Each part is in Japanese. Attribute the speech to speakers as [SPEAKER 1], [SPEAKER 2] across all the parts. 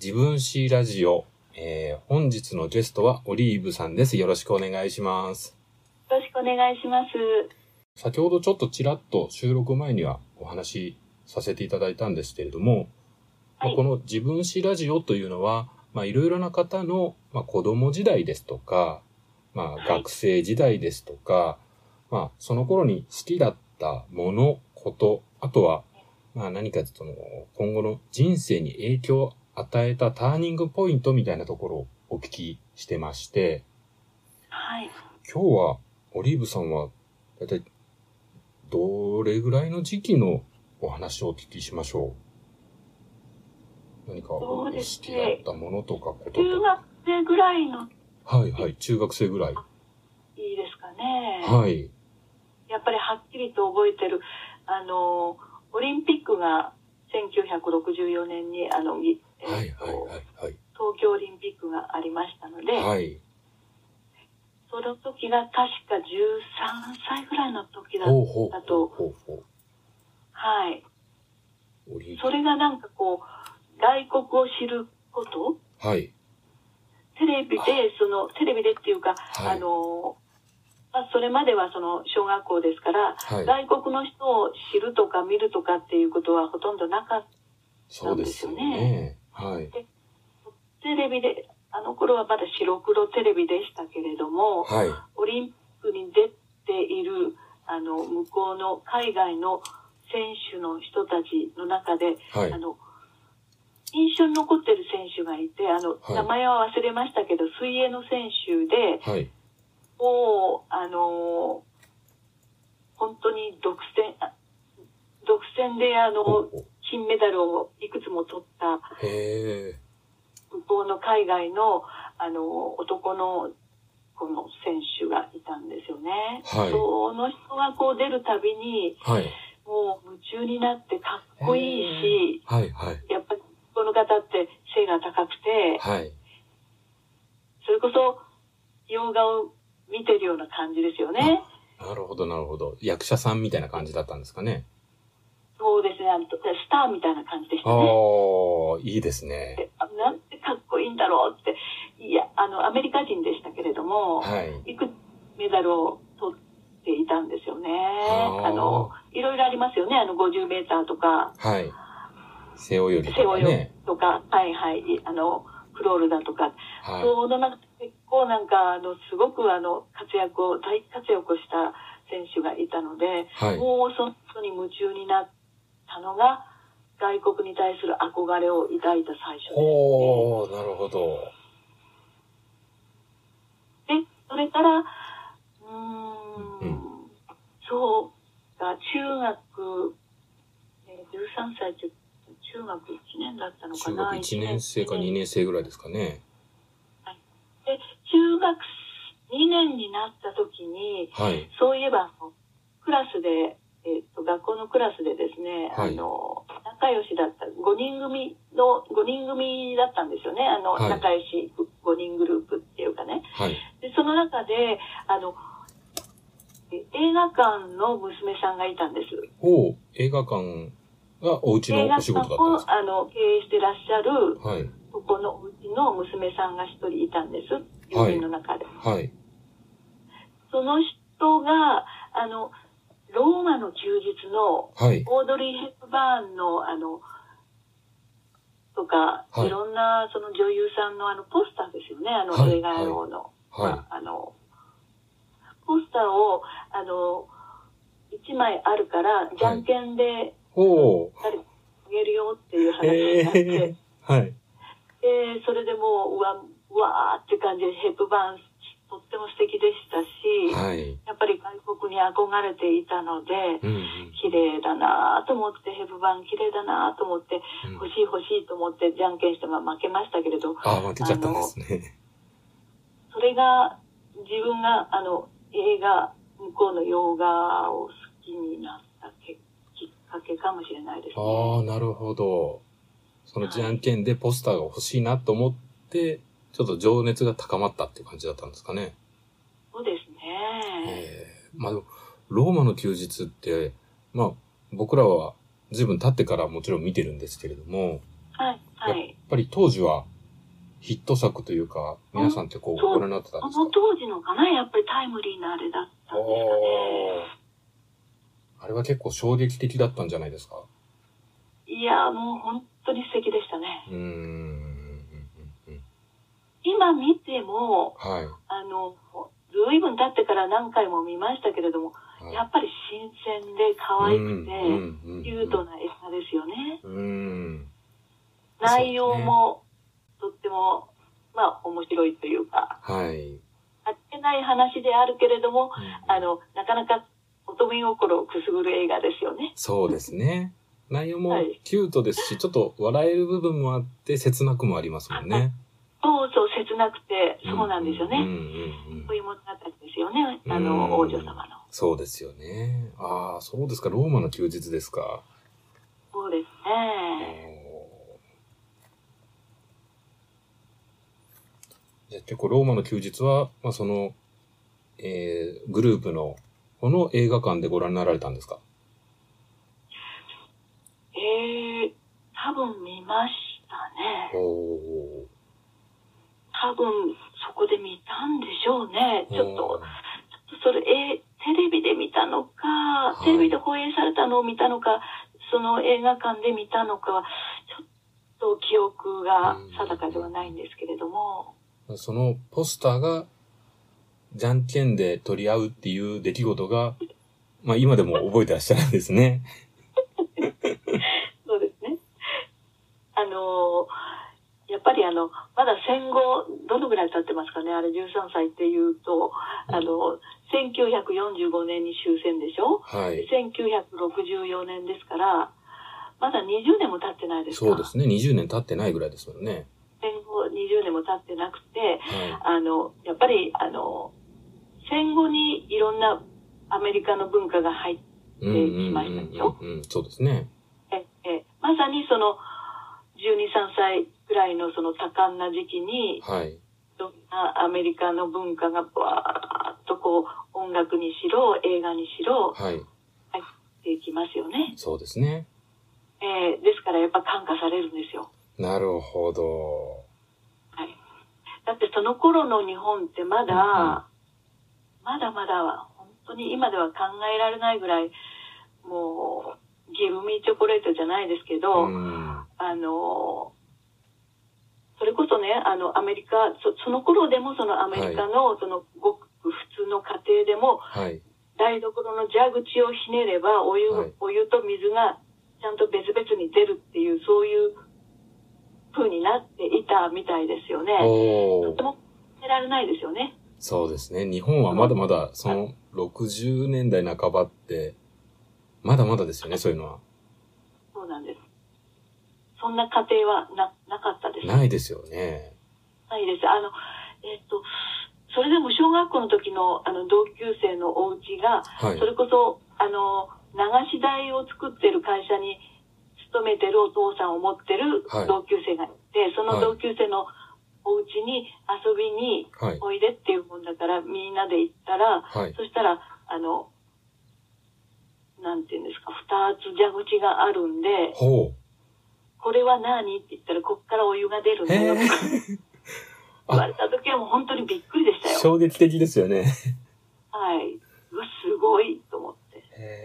[SPEAKER 1] 自分史ラジオ、えー、本日のゲストはオリーブさんです。よろしくお願いします。
[SPEAKER 2] よろしくお願いします。
[SPEAKER 1] 先ほどちょっとちらっと収録前にはお話しさせていただいたんですけれども、まあ
[SPEAKER 2] はい
[SPEAKER 1] この自分史ラジオというのは、まあ、いろいろな方の、まあ、子供時代ですとか、ま
[SPEAKER 2] は
[SPEAKER 1] あ、
[SPEAKER 2] い
[SPEAKER 1] 学生時代ですとか、まあ、その頃に好きだったもの、こと、あとは、まあ、何かその、今後の人生に影響を与えたターニングポイントみたいなところをお聞きしてまして、
[SPEAKER 2] はい。
[SPEAKER 1] 今日はオリーブさんは大体どれぐらいの時期のお話をお聞きしましょう何か
[SPEAKER 2] そ
[SPEAKER 1] 好
[SPEAKER 2] うです
[SPEAKER 1] き
[SPEAKER 2] ね
[SPEAKER 1] だったものとかこと
[SPEAKER 2] 中
[SPEAKER 1] と
[SPEAKER 2] 学生ぐらいの
[SPEAKER 1] はいはい中学生ぐらい
[SPEAKER 2] いいですかね。
[SPEAKER 1] はい
[SPEAKER 2] やっぱりはっきりと覚えてる、あの、オリンピックが1964年に、あの、ぎえー
[SPEAKER 1] はいはい
[SPEAKER 2] と
[SPEAKER 1] はい
[SPEAKER 2] 東京オリンピックがありましたので、
[SPEAKER 1] はいはい
[SPEAKER 2] その時が確か13歳ぐらいの時だ。
[SPEAKER 1] ほうほう
[SPEAKER 2] あ
[SPEAKER 1] ほう
[SPEAKER 2] と
[SPEAKER 1] ほうほ
[SPEAKER 2] はい。
[SPEAKER 1] うオリンピッ
[SPEAKER 2] それがなんかこう、外国を知ること
[SPEAKER 1] クはい
[SPEAKER 2] テレビで、その、テレビでっていうか、
[SPEAKER 1] は
[SPEAKER 2] あ
[SPEAKER 1] い
[SPEAKER 2] の、まあ、それまではその、小学校ですから、
[SPEAKER 1] はい
[SPEAKER 2] 外国の人を知るとか見るとかっていうことはほとんどなかった。
[SPEAKER 1] そうですよ
[SPEAKER 2] なんです
[SPEAKER 1] ねはい
[SPEAKER 2] テレビで、あの頃はまだ白黒テレビでしたけれども、
[SPEAKER 1] はい
[SPEAKER 2] オリンピックに出ている、あの、向こうの海外の選手の人たちの中で、
[SPEAKER 1] はい
[SPEAKER 2] あの、印象に残ってる選手がいて、あの、
[SPEAKER 1] はい
[SPEAKER 2] 名前は忘れましたけど、水泳の選手で、
[SPEAKER 1] はい
[SPEAKER 2] もう、あの、本当に独占、あ独占で、あ
[SPEAKER 1] ほ
[SPEAKER 2] の
[SPEAKER 1] う、ほ
[SPEAKER 2] 金メダルをいくつも取った
[SPEAKER 1] うへえ
[SPEAKER 2] 向こうの海外のあの男のこの選手がいたんですよね。
[SPEAKER 1] はい
[SPEAKER 2] その人がこう出るたびに
[SPEAKER 1] はい
[SPEAKER 2] もう夢中になってかっこいいし、
[SPEAKER 1] はいはい
[SPEAKER 2] やっぱりこの方って背が高くて、
[SPEAKER 1] はい
[SPEAKER 2] それこそ洋画を見てるような感じですよね。
[SPEAKER 1] なるほどなるほど役者さんみたいな感じだったんですかね
[SPEAKER 2] そうですね、あのスターみたいな感じでしたね。
[SPEAKER 1] ああ、いいですね。
[SPEAKER 2] であなんてかっこいいんだろうって、いや、あの、アメリカ人でしたけれども、
[SPEAKER 1] はい。
[SPEAKER 2] いくつメダルを取っていたんですよね。
[SPEAKER 1] あー
[SPEAKER 2] あの、いろいろありますよね。あの、50メーターとか、
[SPEAKER 1] はい。背泳ぎと
[SPEAKER 2] 背
[SPEAKER 1] か
[SPEAKER 2] 泳
[SPEAKER 1] ね。
[SPEAKER 2] ぎとか、はいはい、いあの、クロールだとか、
[SPEAKER 1] は
[SPEAKER 2] その中で結構なんか、あの、すごくあの、活躍を、大活躍をした選手がいたので、
[SPEAKER 1] い。はい。
[SPEAKER 2] もうその人に夢中になったのが、外国に対する憧れを抱いた最初です、ね。
[SPEAKER 1] おー、なるほど。
[SPEAKER 2] で、それから、うーん、
[SPEAKER 1] うん
[SPEAKER 2] そうか、中学、えー13歳って、中学1年だったのか
[SPEAKER 1] 中
[SPEAKER 2] な
[SPEAKER 1] 学1年生か2
[SPEAKER 2] 年。
[SPEAKER 1] 年生ぐらいですかね。
[SPEAKER 2] で、中学2年になった時に、
[SPEAKER 1] はい。
[SPEAKER 2] そういえば、あのクラスで、えっと、学校のクラスでですね、
[SPEAKER 1] はい
[SPEAKER 2] あの、仲良しだった、5人組の、5人組だったんですよね。あの、
[SPEAKER 1] はい
[SPEAKER 2] 仲良し5人グループっていうかね。
[SPEAKER 1] はい。
[SPEAKER 2] で、その中で、あの、え映画館の娘さんがいたんです。
[SPEAKER 1] おー、映画館がお家
[SPEAKER 2] 映
[SPEAKER 1] の
[SPEAKER 2] 画
[SPEAKER 1] お仕
[SPEAKER 2] 館
[SPEAKER 1] 事だったんで
[SPEAKER 2] を
[SPEAKER 1] す
[SPEAKER 2] あの経営してらっしゃる、
[SPEAKER 1] かはい。
[SPEAKER 2] そこのうちの娘さんが一人いたんです。友人の中で。
[SPEAKER 1] はい。
[SPEAKER 2] その人が、あの、ローマの休日の、
[SPEAKER 1] はい。
[SPEAKER 2] オードリー・ヘップバーンの、あの、とか、
[SPEAKER 1] はい
[SPEAKER 2] い、ろんな、その女優さんの、あの、ポスターですよね、あの、
[SPEAKER 1] はい
[SPEAKER 2] 映画の、
[SPEAKER 1] は
[SPEAKER 2] あの、ポスターを、あの、1枚あるから、じゃんけんで
[SPEAKER 1] い。おー、
[SPEAKER 2] 誰かあげるよっていう話になって、
[SPEAKER 1] えー。はい。
[SPEAKER 2] でそれでもう、うわ、うわーって感じで、ヘップバーン、とっても素敵でしたし、
[SPEAKER 1] はい。
[SPEAKER 2] やっぱり外国に憧れていたので、
[SPEAKER 1] うんうん。
[SPEAKER 2] 綺麗だなぁと思って、ヘップバーン綺麗だなぁと思って、
[SPEAKER 1] うん
[SPEAKER 2] 欲しい欲しいと思って、じゃんけんしても負けましたけれど、
[SPEAKER 1] あー、負けちゃったんですね。
[SPEAKER 2] それが自分があの映画向こうの洋画を好きになったけきっかけかもしれないです
[SPEAKER 1] あ
[SPEAKER 2] ね。
[SPEAKER 1] あ、なるほど。その
[SPEAKER 2] はい
[SPEAKER 1] じゃんけんでポスターが欲しいなと思って、ちょっと情熱が高まったっていう感じだったんですかね。
[SPEAKER 2] そうですね。
[SPEAKER 1] ええまあでも、ローマの休日って、まあ、僕らは随分経ってからもちろん見てるんですけれども、
[SPEAKER 2] はいはい。
[SPEAKER 1] ぱり当時はヒット作というか、皆さんってこう
[SPEAKER 2] そう
[SPEAKER 1] ご覧になってたん
[SPEAKER 2] あ
[SPEAKER 1] ですか
[SPEAKER 2] の当時のかな、やっぱりタイムリーなあれだったんですかね。
[SPEAKER 1] あれは結構衝撃的だったんじゃないですか
[SPEAKER 2] いや、もう本当に素敵でしたね。
[SPEAKER 1] うーんうんうんうん。
[SPEAKER 2] 今見ても、
[SPEAKER 1] はい。
[SPEAKER 2] あの、随分経ってから何回も見ましたけれども、
[SPEAKER 1] はい
[SPEAKER 2] やっぱり新鮮で可愛くて、
[SPEAKER 1] うん
[SPEAKER 2] キュートな映画ですよね。
[SPEAKER 1] うんうん。
[SPEAKER 2] 内容も、とっても、まあ、面白いというか、
[SPEAKER 1] はい。
[SPEAKER 2] あってない話であるけれども、あの、なかなか乙女心をくすぐる映画ですよね。
[SPEAKER 1] そうですね。内容も
[SPEAKER 2] はい
[SPEAKER 1] キュートですし、ちょっと笑える部分もあって、切なくもありますもんね。
[SPEAKER 2] そうそう、切なくて、そうなんですよ
[SPEAKER 1] うんうん
[SPEAKER 2] ね。
[SPEAKER 1] うん
[SPEAKER 2] そういう物語ですよね。あ
[SPEAKER 1] うん
[SPEAKER 2] の、王女様の。
[SPEAKER 1] そうですよね。ああ、そうですか。ローマの休日ですか。
[SPEAKER 2] そうです
[SPEAKER 1] おー
[SPEAKER 2] ね。
[SPEAKER 1] じゃあ結構ローマの休日は、まあ、その、えー、グループの、この映画館でご覧になられたんですか
[SPEAKER 2] えー、多分見ましたね。
[SPEAKER 1] お
[SPEAKER 2] 多分そこで見たんでしょうね。
[SPEAKER 1] ー
[SPEAKER 2] ちょっと、、それ、えーテレビで見たのか、
[SPEAKER 1] い
[SPEAKER 2] テレビで放映されたのを見たのか、その映画館で見たのかは、ちょっと記憶が定かではないんですけれども、
[SPEAKER 1] そのポスターが、じゃんけんで取り合うっていう出来事が、まあ今でも覚えてらっしゃるんですね。
[SPEAKER 2] そうですね。あのーやっぱりあの、まだ戦後、どのぐらい経ってますかね、あれ13歳っていうと、 あの、1945年に終戦でしょ
[SPEAKER 1] はい。
[SPEAKER 2] 1964年ですから、まだ20年も経ってないですか
[SPEAKER 1] そうですね。20年経ってないぐらいですもんね。
[SPEAKER 2] 戦後20年も経ってなくて、
[SPEAKER 1] は
[SPEAKER 2] あの、やっぱり、あの、戦後にいろんなアメリカの文化が入って、
[SPEAKER 1] い。うんうんうんうんうん。そうですね。
[SPEAKER 2] えまさにその、12、3歳くらいのその多感な時期に、
[SPEAKER 1] はい。
[SPEAKER 2] いろんなアメリカの文化がわーっとこう、音楽にしろ、映画にしろ、
[SPEAKER 1] はい。
[SPEAKER 2] 入っていきますよね。
[SPEAKER 1] そうですね。
[SPEAKER 2] えーですからやっぱ感化されるんですよ。
[SPEAKER 1] なるほど。
[SPEAKER 2] はい。だってその頃の日本ってまだ、まだまだ本当に今では考えられないぐらい、もう、ギブミーチョコレートじゃないですけど、
[SPEAKER 1] うん。
[SPEAKER 2] あの、それこそね、あの、アメリカ、そその頃でもそのアメリカの、その、ごく普通の家庭でも、
[SPEAKER 1] はい。
[SPEAKER 2] 台所の蛇口をひねれば、お湯、
[SPEAKER 1] はい
[SPEAKER 2] お湯と水がちゃんと別々に出るっていう、そういう風になっていたみたいですよね。
[SPEAKER 1] お
[SPEAKER 2] とて
[SPEAKER 1] ー
[SPEAKER 2] も捨てられないですよね。
[SPEAKER 1] そうですね。日本はまだまだ、その60年代半ばって、まだまだですよね、そういうのは。
[SPEAKER 2] そうなんです。そんな家庭はな、なかったです。
[SPEAKER 1] ないですよね。
[SPEAKER 2] ないです。あの、えっと、それでも小学校の時の、あの、同級生のお家が、
[SPEAKER 1] はい
[SPEAKER 2] そ。れこそ、あの、流し台を作ってる会社に勤めてるお父さんを持ってる
[SPEAKER 1] はい
[SPEAKER 2] 同級生がいて、そ
[SPEAKER 1] は
[SPEAKER 2] の
[SPEAKER 1] い
[SPEAKER 2] 同級生のお家に遊びに
[SPEAKER 1] はい。
[SPEAKER 2] おいでっていうもんだから、みんなで行ったら、
[SPEAKER 1] はい。
[SPEAKER 2] そしたら、あの、なんていうんですか、二つ蛇口があるんで、
[SPEAKER 1] ほ
[SPEAKER 2] これは何って言ったら、こっからお湯が出るん
[SPEAKER 1] う。
[SPEAKER 2] だ
[SPEAKER 1] へ
[SPEAKER 2] よ
[SPEAKER 1] え
[SPEAKER 2] と。か言われた時はもう本当にびっくりでしたよ。
[SPEAKER 1] 衝撃的ですよね。
[SPEAKER 2] はい。うわすごいと思って。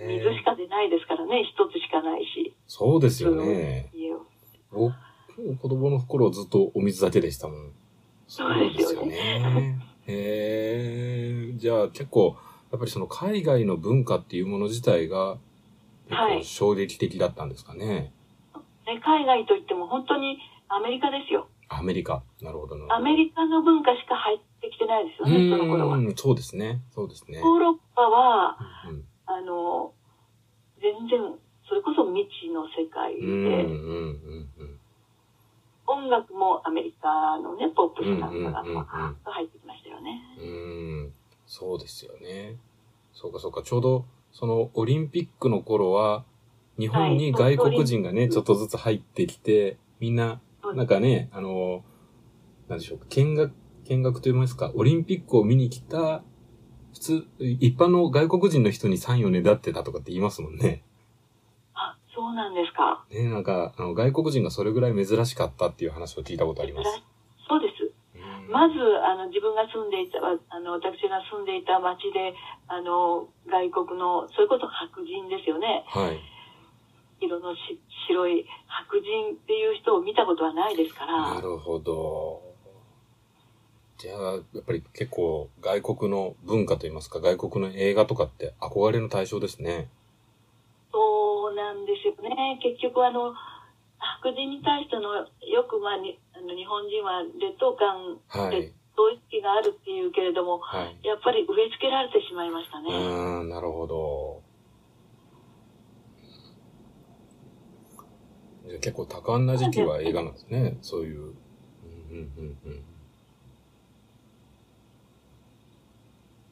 [SPEAKER 2] 水しか出ないですからね、一つしかないし、
[SPEAKER 1] そうですよね。
[SPEAKER 2] 家を。
[SPEAKER 1] 僕、子供の頃ずっとお水だけでしたもん。
[SPEAKER 2] そうですよ
[SPEAKER 1] ね。へえ。じゃあ結構、やっぱりその海外の文化っていうもの自体が、結
[SPEAKER 2] は
[SPEAKER 1] 構
[SPEAKER 2] い
[SPEAKER 1] 衝撃的だったんですかね。
[SPEAKER 2] ね、海外といっても本当にアメリカですよ。
[SPEAKER 1] アメリカ。なるほどなるほど。
[SPEAKER 2] アメリカの文化しか入ってきてないですよね、その頃は。
[SPEAKER 1] う
[SPEAKER 2] ヨ
[SPEAKER 1] ん、そうですね。そうですね。
[SPEAKER 2] ーロッパは、
[SPEAKER 1] うん
[SPEAKER 2] あの、全然、それこそ未知の世界
[SPEAKER 1] うん、うん、
[SPEAKER 2] で、
[SPEAKER 1] うん、うん。
[SPEAKER 2] 音楽もアメリカのね、ポップスなんかが
[SPEAKER 1] うんうんうんうん
[SPEAKER 2] まあ入ってきましたよね。
[SPEAKER 1] うーん、そうですよね。そうかそうか、ちょうど、そのオリンピックの頃は、日本に
[SPEAKER 2] はい
[SPEAKER 1] 外国人がね、ちょっとずつ入ってきて、みんな、
[SPEAKER 2] そう
[SPEAKER 1] なんかね、あの、なんでしょうか、見学、見学と言いますか、オリンピックを見に来た、普通、一般の外国人の人にサインをねだってたとかって言いますもんね。
[SPEAKER 2] あ、そうなんですか。
[SPEAKER 1] ね、なんか、あの、外国人がそれぐらい珍しかったっていう話を聞いたことあります。
[SPEAKER 2] そうです。
[SPEAKER 1] うん
[SPEAKER 2] まず、あの、自分が住んでいた、わあの、私が住んでいた町で、あの、外国の、それこそ白人ですよね。
[SPEAKER 1] はい。
[SPEAKER 2] 色のし白い白人っていう人を見たことはないですか
[SPEAKER 1] な
[SPEAKER 2] ら、
[SPEAKER 1] るほど。じゃあ、やっぱり結構外国の文化といいますか、外国の映画とかって憧れの対象ですね。
[SPEAKER 2] そうなんですよね。結局、あの、白人に対しての、よく、まあ、にあの日本人は劣等感、
[SPEAKER 1] はい。
[SPEAKER 2] 同意識があるっていうけれども、
[SPEAKER 1] はい。
[SPEAKER 2] やっぱり植え付けられてしまいました
[SPEAKER 1] う
[SPEAKER 2] ね。
[SPEAKER 1] ーん、なるほど。じゃあ結構多感な時期は映画なんですね。そういう。うんうんうんうん。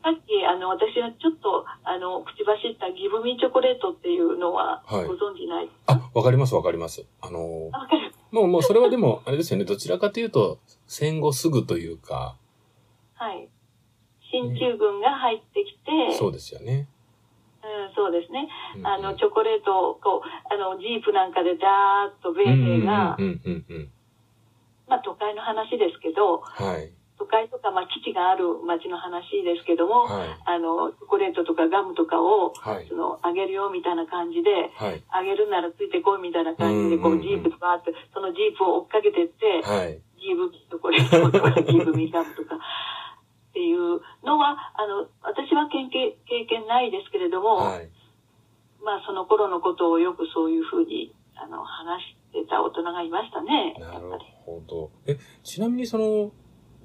[SPEAKER 2] さっき、あの、私はちょっと、あの、口走ったギブミーチョコレートっていうのは、
[SPEAKER 1] はい
[SPEAKER 2] ご存じない。
[SPEAKER 1] あ、わかりますわかります。あのー
[SPEAKER 2] あわかる。
[SPEAKER 1] もうもうそれはでも、あれですよね。どちらかというと、戦後すぐというか、
[SPEAKER 2] はい。進駐軍が入ってきて、
[SPEAKER 1] そうですよね。
[SPEAKER 2] うん、そうですね。
[SPEAKER 1] うんうん
[SPEAKER 2] あの、チョコレートを、こう、あの、ジープなんかでダーッと米兵が、
[SPEAKER 1] うんうんうんうんうん。
[SPEAKER 2] まあ、都会の話ですけど、
[SPEAKER 1] はい。
[SPEAKER 2] 都会とか、まあ、基地がある町の話ですけども、
[SPEAKER 1] はい。
[SPEAKER 2] あの、チョコレートとかガムとかを、
[SPEAKER 1] はい
[SPEAKER 2] そ。の、あげるよみたいな感じで、
[SPEAKER 1] はい。
[SPEAKER 2] あげるならついてこいみたいな感じで、こ
[SPEAKER 1] うんうんうん
[SPEAKER 2] う、ジープとかあって、そのジープを追っかけてって、
[SPEAKER 1] はい。
[SPEAKER 2] ギブチョコレートとか、ギブミガムとか、っていうのは、あの、私は経験、経験ないですけれども、
[SPEAKER 1] はい。
[SPEAKER 2] まあ、その頃のことをよくそういうふうに、あの、話してた大人がいましたね。
[SPEAKER 1] な
[SPEAKER 2] やっ
[SPEAKER 1] る
[SPEAKER 2] ぱり。
[SPEAKER 1] ほど。え、ちなみにその、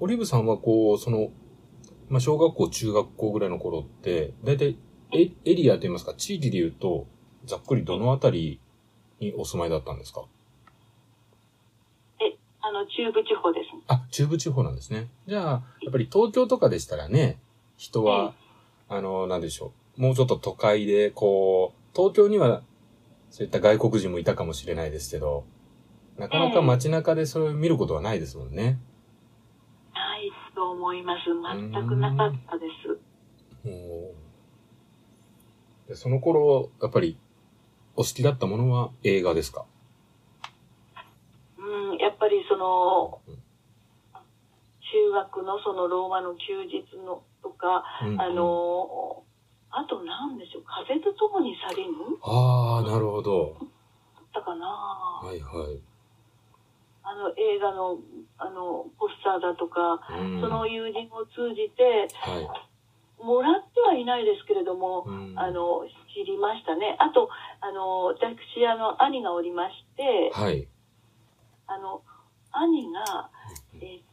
[SPEAKER 1] オリーブさんはこう、その、まあ、小学校、中学校ぐらいの頃って、だいたいエエリアといいますか、地域で言うと、ざっくりどのあたりにお住まいだったんですか
[SPEAKER 2] あの、中部地方ですね。
[SPEAKER 1] あ、中部地方なんですね。じゃあ、やっぱり東京とかでしたらね、人は、あの、なんでしょう。もうちょっと都会で、こう、東京には、そういった外国人もいたかもしれないですけど、なかなか街中でそれを見ることはないですもんね。
[SPEAKER 2] ないと思います。全くなかったです。
[SPEAKER 1] おーでその頃、やっぱり、お好きだったものは映画ですか
[SPEAKER 2] うん、やっぱりその、
[SPEAKER 1] うん
[SPEAKER 2] 中学のそのローマの休日のとか、
[SPEAKER 1] うん
[SPEAKER 2] あの、あと何でしょう、風と共に去りぬ
[SPEAKER 1] ああ、なるほど。
[SPEAKER 2] あったかな
[SPEAKER 1] はいはい。
[SPEAKER 2] あの映画の、あの、ポスターだとか、
[SPEAKER 1] うん
[SPEAKER 2] その友人を通じて、
[SPEAKER 1] はい。
[SPEAKER 2] もらってはいないですけれども、
[SPEAKER 1] うん
[SPEAKER 2] あ、の、知りましたね。あと、あの、私、あの、兄がおりまして、
[SPEAKER 1] はい。
[SPEAKER 2] あの、兄が、
[SPEAKER 1] うん
[SPEAKER 2] えー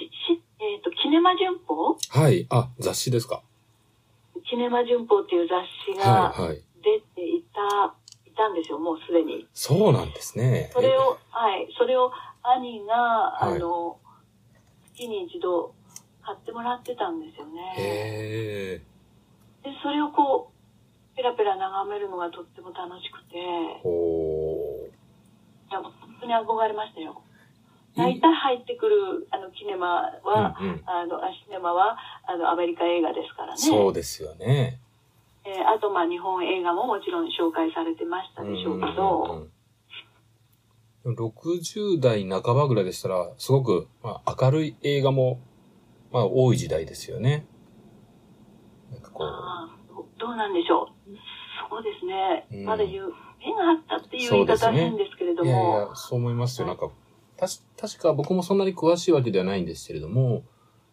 [SPEAKER 2] し、し、えっ、と、キネマ旬報
[SPEAKER 1] はい。あ、雑誌ですか
[SPEAKER 2] キネマ旬報っていう雑誌が
[SPEAKER 1] はいはい。
[SPEAKER 2] 出ていた、いたんですよ、もうすでに。
[SPEAKER 1] そうなんですね。
[SPEAKER 2] それを、はい、それを兄が、
[SPEAKER 1] はい
[SPEAKER 2] あの、月に一度買ってもらってたんですよね。
[SPEAKER 1] へえ。
[SPEAKER 2] で、それをこう、ペラペラ眺めるのがとっても楽しくて、
[SPEAKER 1] ほ
[SPEAKER 2] いや、本当に憧れましたよ。
[SPEAKER 1] ー
[SPEAKER 2] 大体入ってくる、あの、キネマは、
[SPEAKER 1] うんうん
[SPEAKER 2] あの、あシネマは、あの、アメリカ映画ですからね。
[SPEAKER 1] そうですよね。
[SPEAKER 2] えーあと、まあ、日本映画ももちろん紹介されてましたでしょうけど、
[SPEAKER 1] うんうんうん60代半ばぐらいでしたら、すごく、まあ、明るい映画も、まあ、多い時代ですよね。なんかこう、
[SPEAKER 2] あーどどうなんでしょう。そうですね
[SPEAKER 1] うん。
[SPEAKER 2] まだ言う、目があったっていう言い方は変ですけれど
[SPEAKER 1] いやい
[SPEAKER 2] も、
[SPEAKER 1] や、そう思いますよ。な
[SPEAKER 2] は
[SPEAKER 1] んか、たし、確か僕もそんなに詳しいわけではないんですけれども、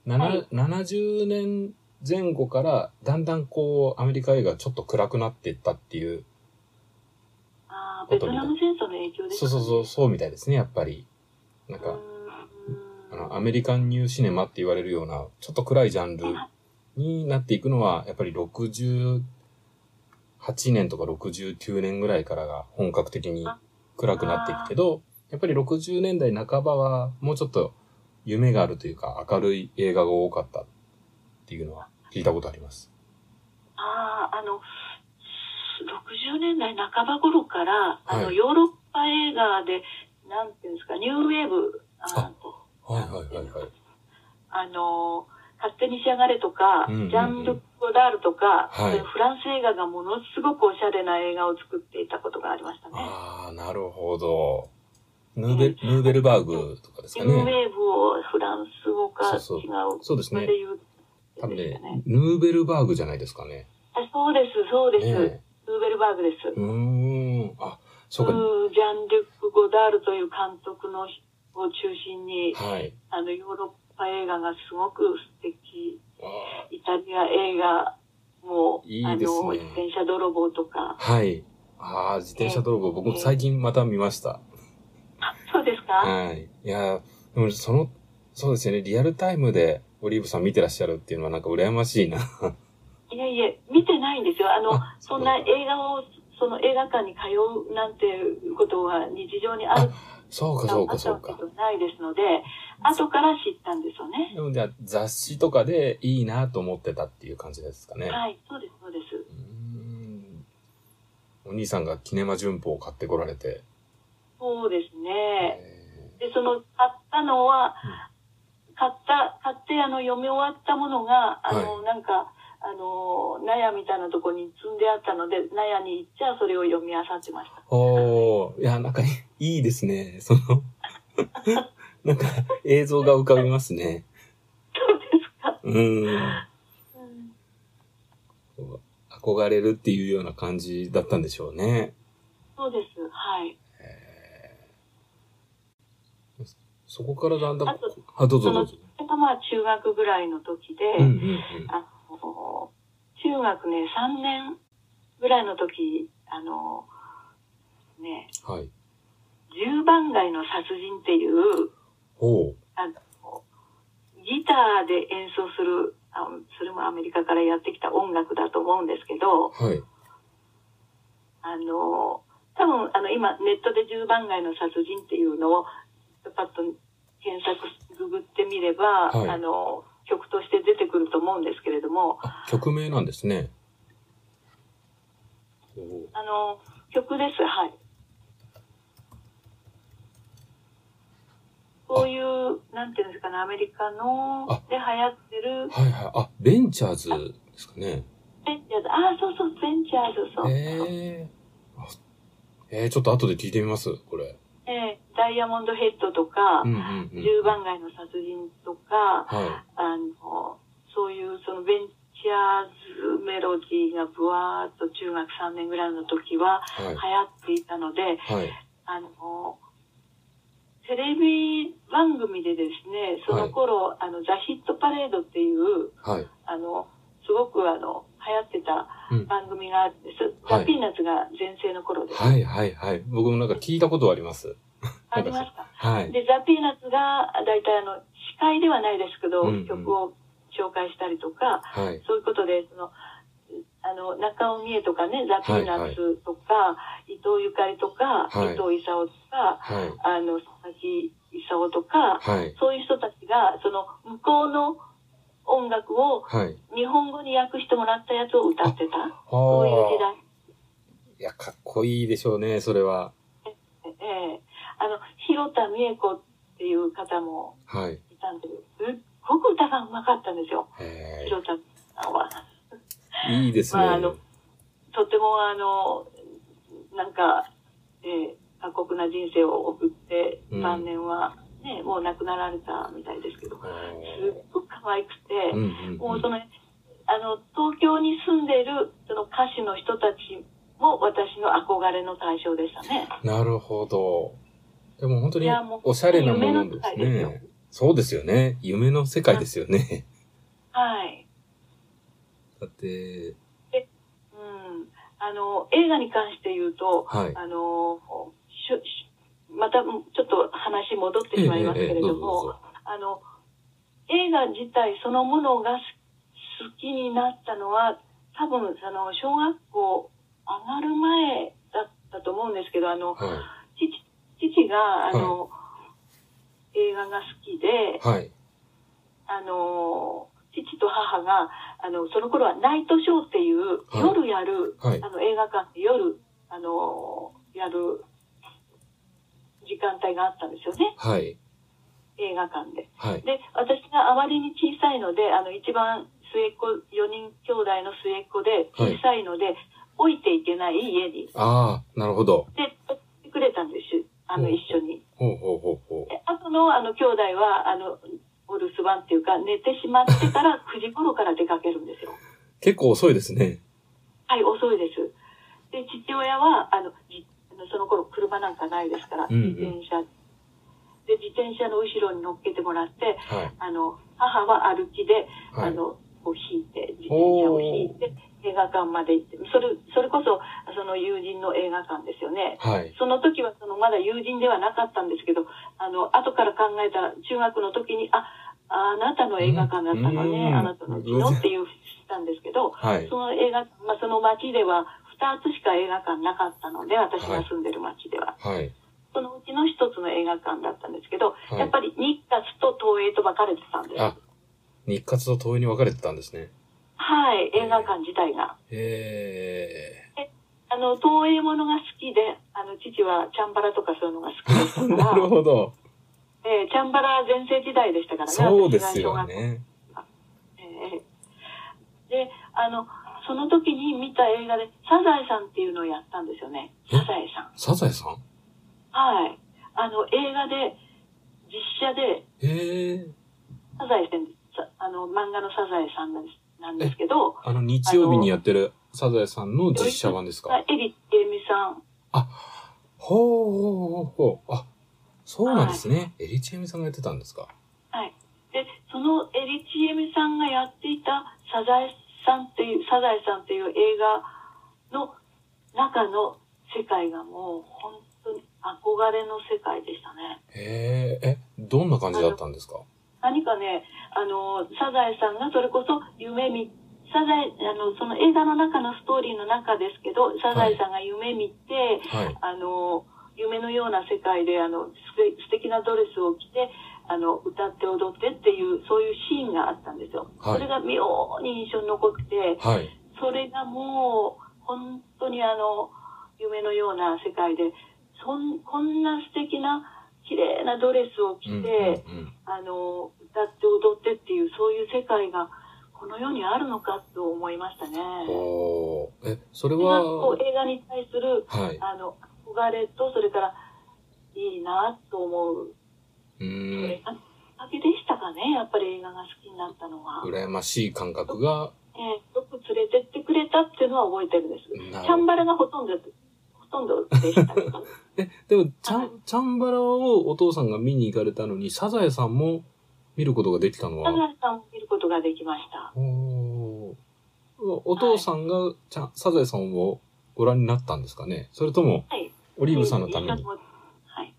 [SPEAKER 1] なな
[SPEAKER 2] はい
[SPEAKER 1] 70年前後から、だんだんこう、アメリカ映画ちょっと暗くなっていったっていう、
[SPEAKER 2] あーベトナム戦争の影響です
[SPEAKER 1] そ
[SPEAKER 2] か
[SPEAKER 1] う
[SPEAKER 2] ね
[SPEAKER 1] そうそう、そうみたいですね、やっぱり。なんか、あ
[SPEAKER 2] うーん
[SPEAKER 1] の、アメリカンニューシネマって言われるような、ちょっと暗いジャンルになっていくのは、やっぱり68年とか69年ぐらいからが本格的に暗くなっていくけど、やっぱり60年代半ばは、もうちょっと夢があるというか、明るい映画が多かったっていうのは聞いたことあります。
[SPEAKER 2] ああ、あの、60年代半ば頃から、あ
[SPEAKER 1] は
[SPEAKER 2] の、
[SPEAKER 1] い
[SPEAKER 2] ヨーロッパ映画で、なんていうんですか、ニューウェーブ、あ
[SPEAKER 1] はいはいはいはい。
[SPEAKER 2] あの、勝手に仕上がれとか、
[SPEAKER 1] うんうんうん
[SPEAKER 2] ジャンル・ゴダールとか、
[SPEAKER 1] はい
[SPEAKER 2] そういうフランス映画がものすごくおしゃれな映画を作っていたことがありましたね。
[SPEAKER 1] ああ、なるほど。ヌーベル、ヌーベルバーグとかです
[SPEAKER 2] ニ
[SPEAKER 1] か
[SPEAKER 2] ューウ
[SPEAKER 1] ね。
[SPEAKER 2] ェーブをフランス語か違う
[SPEAKER 1] そうそうそうです
[SPEAKER 2] それ
[SPEAKER 1] ね
[SPEAKER 2] で。言う
[SPEAKER 1] 多分
[SPEAKER 2] でした
[SPEAKER 1] ね
[SPEAKER 2] ね、
[SPEAKER 1] ヌーベルバーグじゃないですかね。
[SPEAKER 2] あそうです、そうです。
[SPEAKER 1] ね
[SPEAKER 2] ヌーベルバーグです。
[SPEAKER 1] うーん。あ、そううか。
[SPEAKER 2] んジャン・ルック・ゴダールという監督のを中心に、
[SPEAKER 1] はい。
[SPEAKER 2] あの、ヨーロッパ映画がすごく素敵。
[SPEAKER 1] あ
[SPEAKER 2] イタリア映画も、
[SPEAKER 1] いいですね
[SPEAKER 2] あの、自転車泥棒とか。
[SPEAKER 1] ーはい。ああ、自転車泥棒、僕も最近また見ました。
[SPEAKER 2] あそうですか、
[SPEAKER 1] はい。いやーでもその、そうですよね。リアルタイムでオリーブさん見てらっしゃるっていうのはなんか羨ましいな。
[SPEAKER 2] いやいや、見てないんですよ。あの、
[SPEAKER 1] あ
[SPEAKER 2] そんな映画を、その映画館に通うなんていうことは日常にある
[SPEAKER 1] そうか、
[SPEAKER 2] あ
[SPEAKER 1] そう
[SPEAKER 2] あ
[SPEAKER 1] か、
[SPEAKER 2] った
[SPEAKER 1] そ
[SPEAKER 2] わ
[SPEAKER 1] う
[SPEAKER 2] け
[SPEAKER 1] か
[SPEAKER 2] で。はないですので、後から知ったんですよね。
[SPEAKER 1] でもじゃあ雑誌とかでいいなと思ってたっていう感じですかね。
[SPEAKER 2] はい、そうです、そうです。
[SPEAKER 1] うーんお兄さんがキネマ旬報を買ってこられて。
[SPEAKER 2] そうです
[SPEAKER 1] え
[SPEAKER 2] ね。で、その、買ったのは、買った、買って、あの、読み終わったものが、あの、
[SPEAKER 1] は
[SPEAKER 2] なんか、あの、納屋みたいなとこに積んであったので、納屋に行っちゃ、それを読み漁ってました。
[SPEAKER 1] ーおーいや、なんかいいいいですね。その、 なんか映像が浮かびますね。
[SPEAKER 2] そうですか。
[SPEAKER 1] うーん。
[SPEAKER 2] うん
[SPEAKER 1] こう憧れるっていうような感じだったんでしょうね。
[SPEAKER 2] そうです。はい。
[SPEAKER 1] そこからだんだん
[SPEAKER 2] あと、
[SPEAKER 1] あ、どうぞど
[SPEAKER 2] その、
[SPEAKER 1] う
[SPEAKER 2] た
[SPEAKER 1] ぞ。
[SPEAKER 2] またま中学ぐらいの時
[SPEAKER 1] うん
[SPEAKER 2] で、
[SPEAKER 1] うんうん。
[SPEAKER 2] あの、中学ね、3年ぐらいの時、あの、ね、
[SPEAKER 1] はい。
[SPEAKER 2] 十番街の殺人っていう、
[SPEAKER 1] ほう。
[SPEAKER 2] あの、ギターで演奏する、あそれもアメリカからやってきた音楽だと思うんですけど、
[SPEAKER 1] はい。
[SPEAKER 2] あの、多分、あの、今、ネットで十番街の殺人っていうのを、パッと検索、ググってみれば、
[SPEAKER 1] はい
[SPEAKER 2] あの、曲として出てくると思うんですけれども、
[SPEAKER 1] あ、曲名なんですね。ほう
[SPEAKER 2] あの、曲です、はい。こういう、なんていうんですかね、アメリカの
[SPEAKER 1] あ、
[SPEAKER 2] で流行ってる、
[SPEAKER 1] はいはい。あ、ベンチャーズですかね。
[SPEAKER 2] ベンチャーズ、ああ、そうそう、ベンチャーズ、そう。
[SPEAKER 1] えー、あえー、ちょっと後で聞いてみます、これ。
[SPEAKER 2] えーダイヤモンドヘッドとか、
[SPEAKER 1] うんうんうん。
[SPEAKER 2] 十番街の殺人とか、
[SPEAKER 1] は。
[SPEAKER 2] あの、そういうそのベンチャーズメロディーがぶわーっと中学3年ぐらいの時はい
[SPEAKER 1] は
[SPEAKER 2] 流
[SPEAKER 1] い。
[SPEAKER 2] 行っていたので、
[SPEAKER 1] はい。
[SPEAKER 2] あの、テレビ番組でですね、その頃、あの、ザ・ヒットパレードっていう、
[SPEAKER 1] はい。
[SPEAKER 2] あの、すごくあの、流行ってた
[SPEAKER 1] うん。
[SPEAKER 2] 番組があって、す
[SPEAKER 1] はい
[SPEAKER 2] ザ・ピーナッツが全盛の頃です。
[SPEAKER 1] はいはいはい。僕もなんか聞いたことはあります。
[SPEAKER 2] ありますか
[SPEAKER 1] はい。
[SPEAKER 2] で、ザ・ピーナッツが、大体あの、司会ではないですけど、
[SPEAKER 1] うんうん
[SPEAKER 2] 曲を紹介したりとか、
[SPEAKER 1] はい。
[SPEAKER 2] そういうことで、その、あの、中尾美恵とかね、ザ・ピーナッツとか、伊藤ゆかりとか、
[SPEAKER 1] はい
[SPEAKER 2] 伊藤勲とか、
[SPEAKER 1] はい。
[SPEAKER 2] あの、佐々木勲とか、
[SPEAKER 1] はい。
[SPEAKER 2] そういう人たちが、その、向こうの音楽を
[SPEAKER 1] はい。
[SPEAKER 2] 日本語に訳してもらったやつを歌ってた。そういう時
[SPEAKER 1] はあ。
[SPEAKER 2] 代。
[SPEAKER 1] いや、かっこいいでしょうね、それは。
[SPEAKER 2] ええあの、広田美恵子っていう方も、
[SPEAKER 1] はい。
[SPEAKER 2] いたんですっごく歌がうまかったんですよ、
[SPEAKER 1] え
[SPEAKER 2] ひろたさんは。
[SPEAKER 1] ー、いいですね。
[SPEAKER 2] まああのとてもあの、なんか、えー過酷な人生を送って、
[SPEAKER 1] うん
[SPEAKER 2] 晩年は、ね、もう亡くなられたみたいですけど、す
[SPEAKER 1] あー
[SPEAKER 2] っごく可愛く
[SPEAKER 1] うん
[SPEAKER 2] て、
[SPEAKER 1] うん
[SPEAKER 2] も
[SPEAKER 1] う
[SPEAKER 2] うんその、あの、東京に住んでいるその歌手の人たちも私の憧れの対象でしたね。
[SPEAKER 1] なるほど。でも本当
[SPEAKER 2] い
[SPEAKER 1] に
[SPEAKER 2] やもう
[SPEAKER 1] おしゃれなもので
[SPEAKER 2] 夢の世界です
[SPEAKER 1] す
[SPEAKER 2] よ
[SPEAKER 1] ね。そうですよね。夢の世界ですよね。
[SPEAKER 2] はい。
[SPEAKER 1] だって、
[SPEAKER 2] うん。あの、映画に関して言うと、
[SPEAKER 1] はい。
[SPEAKER 2] あのしゅしまたちょっと話戻ってしまいますけれども、あの、映画自体そのものがす好きになったのは、多分、あの、小学校上がる前だったと思うんですけど、あの、
[SPEAKER 1] はい。
[SPEAKER 2] 父、父が、あの、映画が好きで、
[SPEAKER 1] はい。
[SPEAKER 2] あの、父と母が、あの、その頃はナイトショーっていう、
[SPEAKER 1] はい
[SPEAKER 2] 夜やる、
[SPEAKER 1] はい。
[SPEAKER 2] あの映画館で夜、あのやる時間帯があったんですよね。
[SPEAKER 1] はい。
[SPEAKER 2] 映画館で。
[SPEAKER 1] はい。
[SPEAKER 2] で、私があまりに小さいので、あの、一番末っ子、4人兄弟の末っ子で、
[SPEAKER 1] はい
[SPEAKER 2] 小さいので、置いていけない家に、
[SPEAKER 1] ああ、なるほど。
[SPEAKER 2] で、撮ってくれたんです。あ
[SPEAKER 1] う
[SPEAKER 2] の、
[SPEAKER 1] ん
[SPEAKER 2] 一緒に。
[SPEAKER 1] ほうほうほうほ
[SPEAKER 2] で、後の、あの、兄弟は、あの、お留守番っていうか、寝てしまってから 9時頃から出かけるんですよ。
[SPEAKER 1] う。結構遅いですね。
[SPEAKER 2] はい、遅いです。で、父親は、あの、じあのその頃車なんかないですから、
[SPEAKER 1] うんうん
[SPEAKER 2] 自転車。で、自転車の後ろに乗っけてもらって、
[SPEAKER 1] はい。
[SPEAKER 2] あの、母は歩きで、
[SPEAKER 1] は
[SPEAKER 2] あ
[SPEAKER 1] い。
[SPEAKER 2] の、こう引いて、自転車を引いて、映画館まで行って、それ、それこそ、その友人の映画館ですよね。
[SPEAKER 1] はい。
[SPEAKER 2] その時は、その、まだ友人ではなかったんですけど、あの、後から考えたら、中学の時に、あ、あなたの映画館だったの
[SPEAKER 1] う
[SPEAKER 2] ね、
[SPEAKER 1] ん
[SPEAKER 2] あなたの
[SPEAKER 1] 偶
[SPEAKER 2] 昨
[SPEAKER 1] 然
[SPEAKER 2] 日っていうふうにしたんですけど、
[SPEAKER 1] はい。
[SPEAKER 2] その映画、まあ、その町では、二つしか映画館なかったので、私が住んでる町では。
[SPEAKER 1] はい。
[SPEAKER 2] そのうちの一つの映画館だったんですけど、
[SPEAKER 1] は
[SPEAKER 2] やっ
[SPEAKER 1] い。
[SPEAKER 2] ぱり日活と東映と分かれてたんです。
[SPEAKER 1] あ、日活と東映に分かれてたんですね。
[SPEAKER 2] はい、映画館自体が。
[SPEAKER 1] へ
[SPEAKER 2] あの、東映ものが好きで、あの、父はチャンバラとかそういうのが好きでした
[SPEAKER 1] え。
[SPEAKER 2] か
[SPEAKER 1] なる
[SPEAKER 2] ら、
[SPEAKER 1] ほど。
[SPEAKER 2] えーチャンバラ全盛時代でしたからね、
[SPEAKER 1] そうですよ
[SPEAKER 2] 私が小学校
[SPEAKER 1] ね。
[SPEAKER 2] えーで、あの、その時に見た映画で、サザエさんっていうのをやったんですよね。
[SPEAKER 1] え
[SPEAKER 2] サザエさん。
[SPEAKER 1] サザエさん
[SPEAKER 2] はい。あの、映画で、実写で、
[SPEAKER 1] へえ。
[SPEAKER 2] サザエさん、さあの、漫画のサザエさんなんですなんですけど、
[SPEAKER 1] あの、日曜日にやってるサザエさんの実写版ですか
[SPEAKER 2] エリエミさん、
[SPEAKER 1] ほうほうほうほう。あ、そうなんですね。エリチエミさんがやってたんですか
[SPEAKER 2] で、そのエリチエミさんがやっていたサザエさんっていう、サザエさんっていう映画の中の世界がもう本当に憧れの世界でしたね。
[SPEAKER 1] へえ。え、どんな感じだったんですか
[SPEAKER 2] 何かね、あの、サザエさんがそれこそ夢見、サザエ、あの、その映画の中のストーリーの中ですけど、サザエさんが夢見て、
[SPEAKER 1] はい。
[SPEAKER 2] あの、夢のような世界で、あの、す素敵なドレスを着て、あの、歌って踊ってっていう、そういうシーンがあったんですよ。
[SPEAKER 1] はい
[SPEAKER 2] それが妙に印象に残って、
[SPEAKER 1] はい。
[SPEAKER 2] それがもう、本当にあの、夢のような世界で、そん、こんな素敵な、綺麗なドレスを着て、
[SPEAKER 1] うんうん
[SPEAKER 2] あの、歌って踊ってっていう、そういう世界が、この世にあるのかと思いましたね。
[SPEAKER 1] うん。おーえ、それ
[SPEAKER 2] それがこ
[SPEAKER 1] は
[SPEAKER 2] う、映画に対する
[SPEAKER 1] はい。
[SPEAKER 2] あの、憧れと、それから、いいなと思う。
[SPEAKER 1] う
[SPEAKER 2] それ
[SPEAKER 1] ーん。
[SPEAKER 2] がきっかけでしたかね、やっぱり映画が好きになったのは。
[SPEAKER 1] 羨ましい感覚が、
[SPEAKER 2] えーよく連れてってくれたっていうのは覚えてるんです。
[SPEAKER 1] な
[SPEAKER 2] チャンバラがほとんど、ほとんどでした けど。
[SPEAKER 1] え、でも、チャン、チャンバラをお父さんが見に行かれたのに、サザエさんも見ることができたの
[SPEAKER 2] サ
[SPEAKER 1] は、
[SPEAKER 2] ザエさんを見ることができました。
[SPEAKER 1] おーお父さんがちゃんサザエさんをご覧になったんですかねそれとも、
[SPEAKER 2] はい。
[SPEAKER 1] オリーブさんのために。
[SPEAKER 2] はい。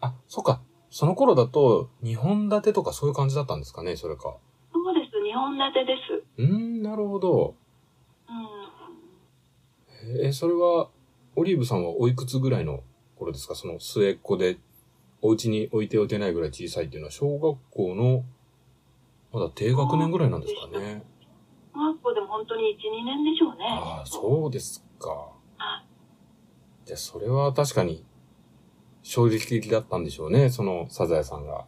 [SPEAKER 1] あ、そっか。その頃だと、二本立てとかそういう感じだったんですかねそれか。
[SPEAKER 2] そうです。日本立てです。
[SPEAKER 1] うーん、なるほど。
[SPEAKER 2] うん。
[SPEAKER 1] えーそれは、オリーブさんはおいくつぐらいの頃ですかその末っ子で、お家に置いておいてないぐらい小さいっていうのは、小学校の、まだ低学年ぐらいなんですかね。
[SPEAKER 2] 小学校でも本当に1、2年でしょうね。
[SPEAKER 1] ああ、そうですか。
[SPEAKER 2] は
[SPEAKER 1] じゃあ、それは確かに、衝撃的だったんでしょうね、そのサザエさんが。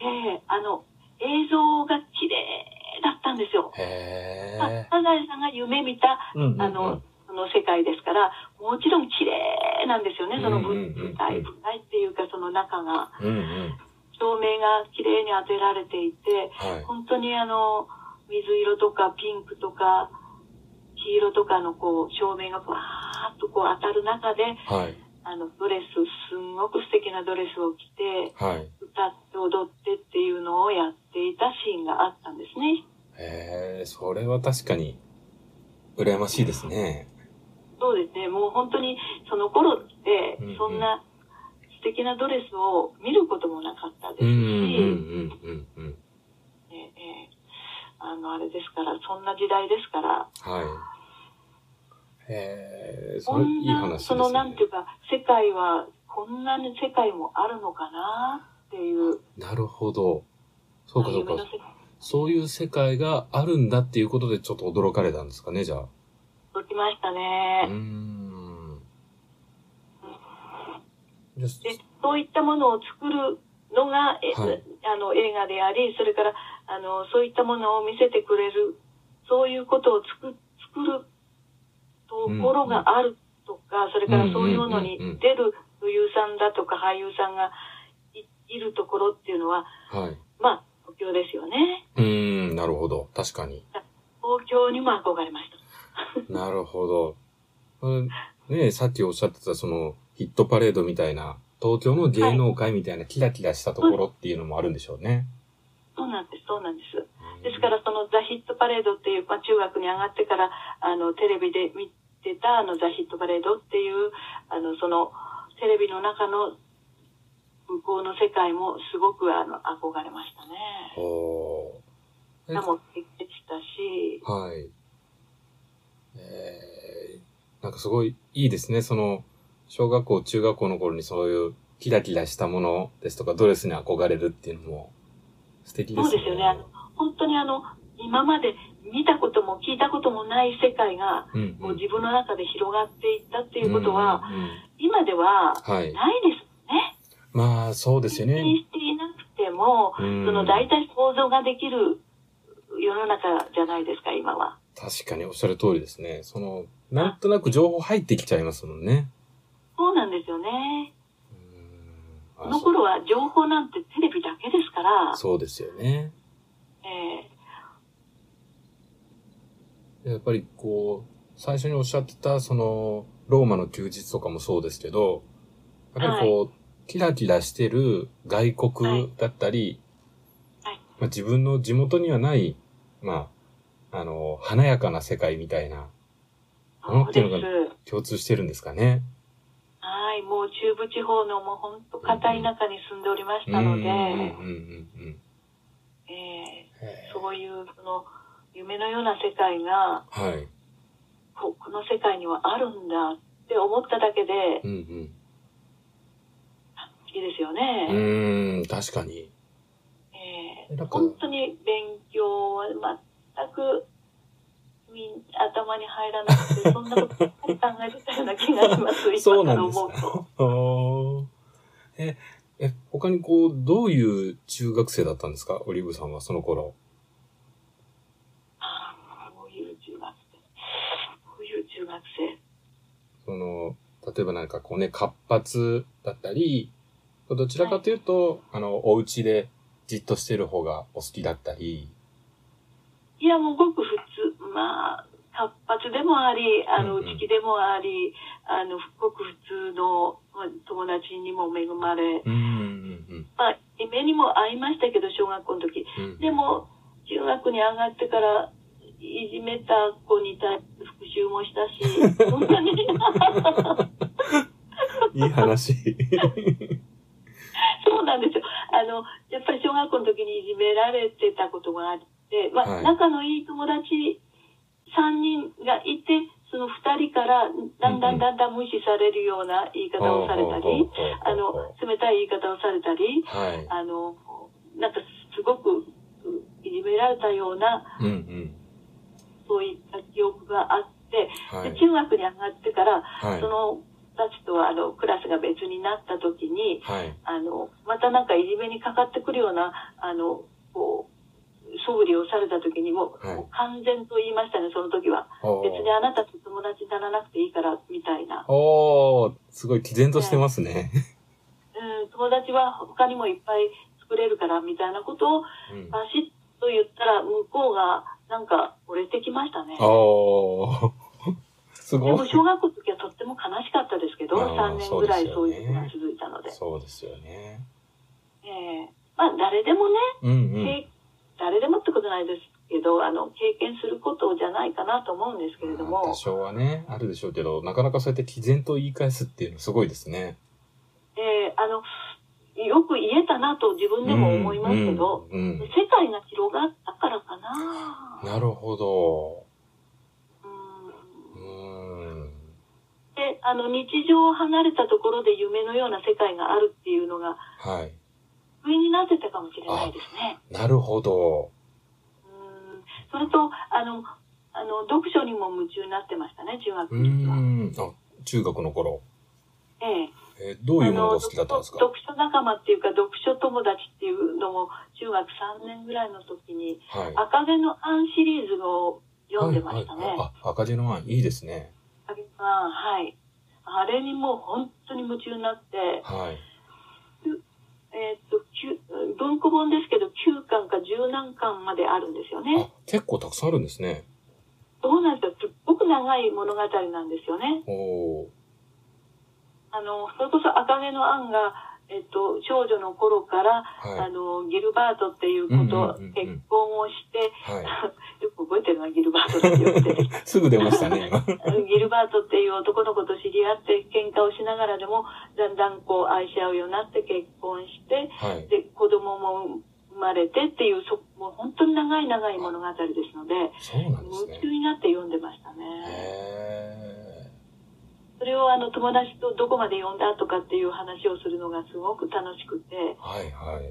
[SPEAKER 2] ええあの、映像が綺麗だったんですよ。
[SPEAKER 1] へ
[SPEAKER 2] まあ
[SPEAKER 1] え。
[SPEAKER 2] サザエさんが夢見た
[SPEAKER 1] うんうんうん
[SPEAKER 2] あの、その世界ですから、もちろん綺麗なんですよね、その
[SPEAKER 1] うんうん
[SPEAKER 2] 舞
[SPEAKER 1] うんうん
[SPEAKER 2] 台、舞台っていうかその中が、
[SPEAKER 1] うんうん。
[SPEAKER 2] 照明が綺麗に当てられていて、
[SPEAKER 1] はい。
[SPEAKER 2] 本当にあの、水色とかピンクとか、黄色とかのこう、照明がバーっとこう当たる中で、
[SPEAKER 1] はい。
[SPEAKER 2] あの、ドレス、すんごく素敵なドレスを着て、
[SPEAKER 1] はい。
[SPEAKER 2] 歌って踊ってっていうのをやっていたシーンがあったんですね。
[SPEAKER 1] へえ、それは確かに、羨ましいですね。
[SPEAKER 2] そうですね。もう本当にその頃って
[SPEAKER 1] うんうん、
[SPEAKER 2] そんな素敵なドレスを見ることもなかったですし、
[SPEAKER 1] うんうんうんうんうん。
[SPEAKER 2] ええええあの、あれですから、そんな時代ですから、
[SPEAKER 1] はい。へえ、そ
[SPEAKER 2] こ
[SPEAKER 1] れい
[SPEAKER 2] ん
[SPEAKER 1] い
[SPEAKER 2] な
[SPEAKER 1] 話です
[SPEAKER 2] そ
[SPEAKER 1] ね。
[SPEAKER 2] のなんていうか、世界は、こんなに世界もあるのかなっていう、
[SPEAKER 1] なるほど。そうかそう
[SPEAKER 2] 夢の
[SPEAKER 1] か。
[SPEAKER 2] 世界
[SPEAKER 1] そういう世界があるんだっていうことでちょっと驚かれたんですかね、じゃあ。
[SPEAKER 2] にきました
[SPEAKER 1] うー
[SPEAKER 2] ね。
[SPEAKER 1] ん。じゃ
[SPEAKER 2] で、そういったものを作るのが、え
[SPEAKER 1] はい
[SPEAKER 2] あの映画であり、それからあのそういったものを見せてくれる、そういうことを作作るところがあるとか、それからそういうものに
[SPEAKER 1] うんうんうんうん
[SPEAKER 2] 出る女優さんだとか俳優さんがいいるところっていうのは、
[SPEAKER 1] はい。
[SPEAKER 2] まあ、東京ですよね。
[SPEAKER 1] うーん、なるほど。確か に。
[SPEAKER 2] 東京にも憧れました。
[SPEAKER 1] なるほど。うんねさっきおっしゃってた、その、ヒットパレードみたいな、東京の芸能界みたいなキラキラしたところっていうのもあるんでしょうね。
[SPEAKER 2] そうなんです、そうなんです。ですから、そのザ・ヒットパレードっていう、まあ、中学に上がってから、あの、テレビで見てた、あの、ザ・ヒットパレードっていう、あの、その、テレビの中の向こうの世界もすごく、あの、憧れましたね。
[SPEAKER 1] おーえ
[SPEAKER 2] 歌もできてたし、
[SPEAKER 1] はい。えー、なんかすごいいいですね。その、小学校、中学校の頃にそういうキラキラしたものですとか、ドレスに憧れるっていうのも素敵ですね。
[SPEAKER 2] そうですよねあの本当にあの、今まで見たことも聞いたこともない世界が、
[SPEAKER 1] うんうん、
[SPEAKER 2] もう自分の中で広がっていったっていうことは、
[SPEAKER 1] うんうんうん
[SPEAKER 2] 今では
[SPEAKER 1] はい。
[SPEAKER 2] ないですね。
[SPEAKER 1] まあ、そうですよね。
[SPEAKER 2] 気にしていなくても、
[SPEAKER 1] そ
[SPEAKER 2] その大体想像ができる世の中じゃないですか、今は。
[SPEAKER 1] 確かにおっしゃる通りですね。その、なんとなく情報入ってきちゃいますもんね。
[SPEAKER 2] そうなんですよね。
[SPEAKER 1] うーん
[SPEAKER 2] こ
[SPEAKER 1] あ
[SPEAKER 2] の頃は情報なんてテレビだけですから、
[SPEAKER 1] そうですよね。
[SPEAKER 2] え
[SPEAKER 1] やっぱりこう、最初におっしゃってた、その、ローマの休日とかもそうですけど、やっぱりこう、キラキラしてる外国だったり、
[SPEAKER 2] はいはい
[SPEAKER 1] まあ、自分の地元にはない、まあ、あの、華やかな世界みたいな、
[SPEAKER 2] ー
[SPEAKER 1] あの
[SPEAKER 2] そうです
[SPEAKER 1] っていう。共通してるんですかね。
[SPEAKER 2] はい、もう中部地方のもう本当片い中に住んでおりましたので、
[SPEAKER 1] うんうんうんうんうん。
[SPEAKER 2] え
[SPEAKER 1] へ
[SPEAKER 2] ーそういうその夢のような世界が
[SPEAKER 1] ーはい。
[SPEAKER 2] こ、この世界にはあるんだって思っただけで、
[SPEAKER 1] うんうん。
[SPEAKER 2] いいですよ
[SPEAKER 1] う
[SPEAKER 2] ね。
[SPEAKER 1] ーん、確かに。
[SPEAKER 2] え
[SPEAKER 1] え
[SPEAKER 2] ー
[SPEAKER 1] なんか、
[SPEAKER 2] 本当に勉強は全くみん頭に入らなくて、そんなことばっかり考えてたような気がしま す
[SPEAKER 1] そうなん
[SPEAKER 2] 今
[SPEAKER 1] です
[SPEAKER 2] から思うと。
[SPEAKER 1] おーえ、え、他にこう、どういう中学生だったんですかオリーブさんはその頃。
[SPEAKER 2] あーこういう中学生。こういう中学生。
[SPEAKER 1] その、例えばなんかこうね、活発だったり、どちらかというと、あの、お家でじっとしてる方がお好きだったり。
[SPEAKER 2] いや、もうごく普通、まあ、活発でもあり、あの、
[SPEAKER 1] うんうん
[SPEAKER 2] 内気でもあり、あの、ごく普通のまあ友達にも恵まれ、
[SPEAKER 1] うん、うん、
[SPEAKER 2] まあ、夢にも会いましたけど、小学校の時。
[SPEAKER 1] うん。
[SPEAKER 2] でも、、中学に上がってから、いじめた子に対して復讐もした し、そんなに、
[SPEAKER 1] いい話。
[SPEAKER 2] そうなんですよ。あの、やっぱり小学校の時にいじめられてたことがあって、まあ、
[SPEAKER 1] はい
[SPEAKER 2] 仲のいい友達3人がいて、その2人から、だんだ
[SPEAKER 1] うんうん
[SPEAKER 2] んだんだん無視されるような言い方をされた
[SPEAKER 1] ほうほうほう
[SPEAKER 2] り、
[SPEAKER 1] ほう
[SPEAKER 2] あの、冷たい言い方をされたり、
[SPEAKER 1] はい。
[SPEAKER 2] あの、なんかすごくういじめられたような、
[SPEAKER 1] うん、うん。
[SPEAKER 2] そういった記憶があって、
[SPEAKER 1] は
[SPEAKER 2] で
[SPEAKER 1] い。
[SPEAKER 2] 中学に上がってから、
[SPEAKER 1] はい
[SPEAKER 2] そ。のたちとはあのクラスが別になった時に、
[SPEAKER 1] はい。
[SPEAKER 2] あのまたなんかいじめにかかってくるようなあのこう素振りをされた時にも、
[SPEAKER 1] はい
[SPEAKER 2] もう完全と言いましたねその時は
[SPEAKER 1] おー
[SPEAKER 2] 別にあなたと友達にならなくていいからみたいな、
[SPEAKER 1] おー、すごい毅然としてますね。
[SPEAKER 2] うん、友達は他にもいっぱい作れるからみたいなことを
[SPEAKER 1] うん
[SPEAKER 2] バシッと言ったら向こうがなんか折れてきましたね。
[SPEAKER 1] おー。す
[SPEAKER 2] で
[SPEAKER 1] ご
[SPEAKER 2] も
[SPEAKER 1] い。
[SPEAKER 2] 小学校の時はとっても悲しかったですけど、
[SPEAKER 1] あー
[SPEAKER 2] 3年ぐらい
[SPEAKER 1] そ
[SPEAKER 2] そうう
[SPEAKER 1] です
[SPEAKER 2] いう
[SPEAKER 1] よね
[SPEAKER 2] のが続いたので。
[SPEAKER 1] そうですよね。
[SPEAKER 2] ええまあ誰でもね、
[SPEAKER 1] うんうん。
[SPEAKER 2] け誰でもってことないですけど、あの、経験することじゃないかなと思うんですけれど
[SPEAKER 1] まあ
[SPEAKER 2] も
[SPEAKER 1] 多、少はね、あるでしょうけど、なかなかそうやって毅然と言い返すっていうのすごいですね。
[SPEAKER 2] ええあの、よく言えたなと自分でも思いますけど、
[SPEAKER 1] うん。うん
[SPEAKER 2] 世界が広がったからかな。
[SPEAKER 1] なるほど。
[SPEAKER 2] うん
[SPEAKER 1] うーん。
[SPEAKER 2] で、あの、日常を離れたところで夢のような世界があるっていうのが、
[SPEAKER 1] はい。
[SPEAKER 2] 不意になってたかもしれないですね。
[SPEAKER 1] なるほど。
[SPEAKER 2] うんそれと、あの、あの、読書にも夢中になってましたね、中
[SPEAKER 1] う
[SPEAKER 2] 学
[SPEAKER 1] ー
[SPEAKER 2] の時は。
[SPEAKER 1] ん。あ、中学の頃。
[SPEAKER 2] えええ
[SPEAKER 1] えーどういうものが好きだったんですか
[SPEAKER 2] あの読書読書仲間っていうか、読書友達っていうのも、中学3年ぐらいの時に、
[SPEAKER 1] はい。
[SPEAKER 2] 赤毛のアンシリーズを読んでましたね。
[SPEAKER 1] はいはい、あ、赤字の案、いいですね。
[SPEAKER 2] 赤毛のアン、はい。あれにもう本当に夢中になって、
[SPEAKER 1] はい。
[SPEAKER 2] えーっと、9文庫本ですけど、9巻か10何巻まであるんですよ
[SPEAKER 1] あ
[SPEAKER 2] ね。、
[SPEAKER 1] 結構たくさんあるんですね。
[SPEAKER 2] そうなんですよ。すっごく長い物語なんですよね。
[SPEAKER 1] おお
[SPEAKER 2] あの、それこそ赤毛のアンが、えっと、少女の頃から、
[SPEAKER 1] ー。
[SPEAKER 2] あ
[SPEAKER 1] は
[SPEAKER 2] の、ギルバートっていうこと、
[SPEAKER 1] うんうんうんうん
[SPEAKER 2] 結婚をして、
[SPEAKER 1] い。はい。
[SPEAKER 2] よく覚えてるのはギルバートっていうことです
[SPEAKER 1] すぐ出ましたね、今。
[SPEAKER 2] ギルバートっていう男の子と知り合って、喧嘩をしながらでも、だんだんこう愛し合うようになって結婚して、
[SPEAKER 1] はい。
[SPEAKER 2] で、子供も生まれてっていう、そもう本当に長い長い物語ですので、
[SPEAKER 1] そうなんです
[SPEAKER 2] 夢
[SPEAKER 1] ね
[SPEAKER 2] 中。になって読んでましたね。
[SPEAKER 1] へ
[SPEAKER 2] それをあの友達とどこまで読んだとかっていう話をするのがすごく楽しくて、
[SPEAKER 1] ー。はいはい。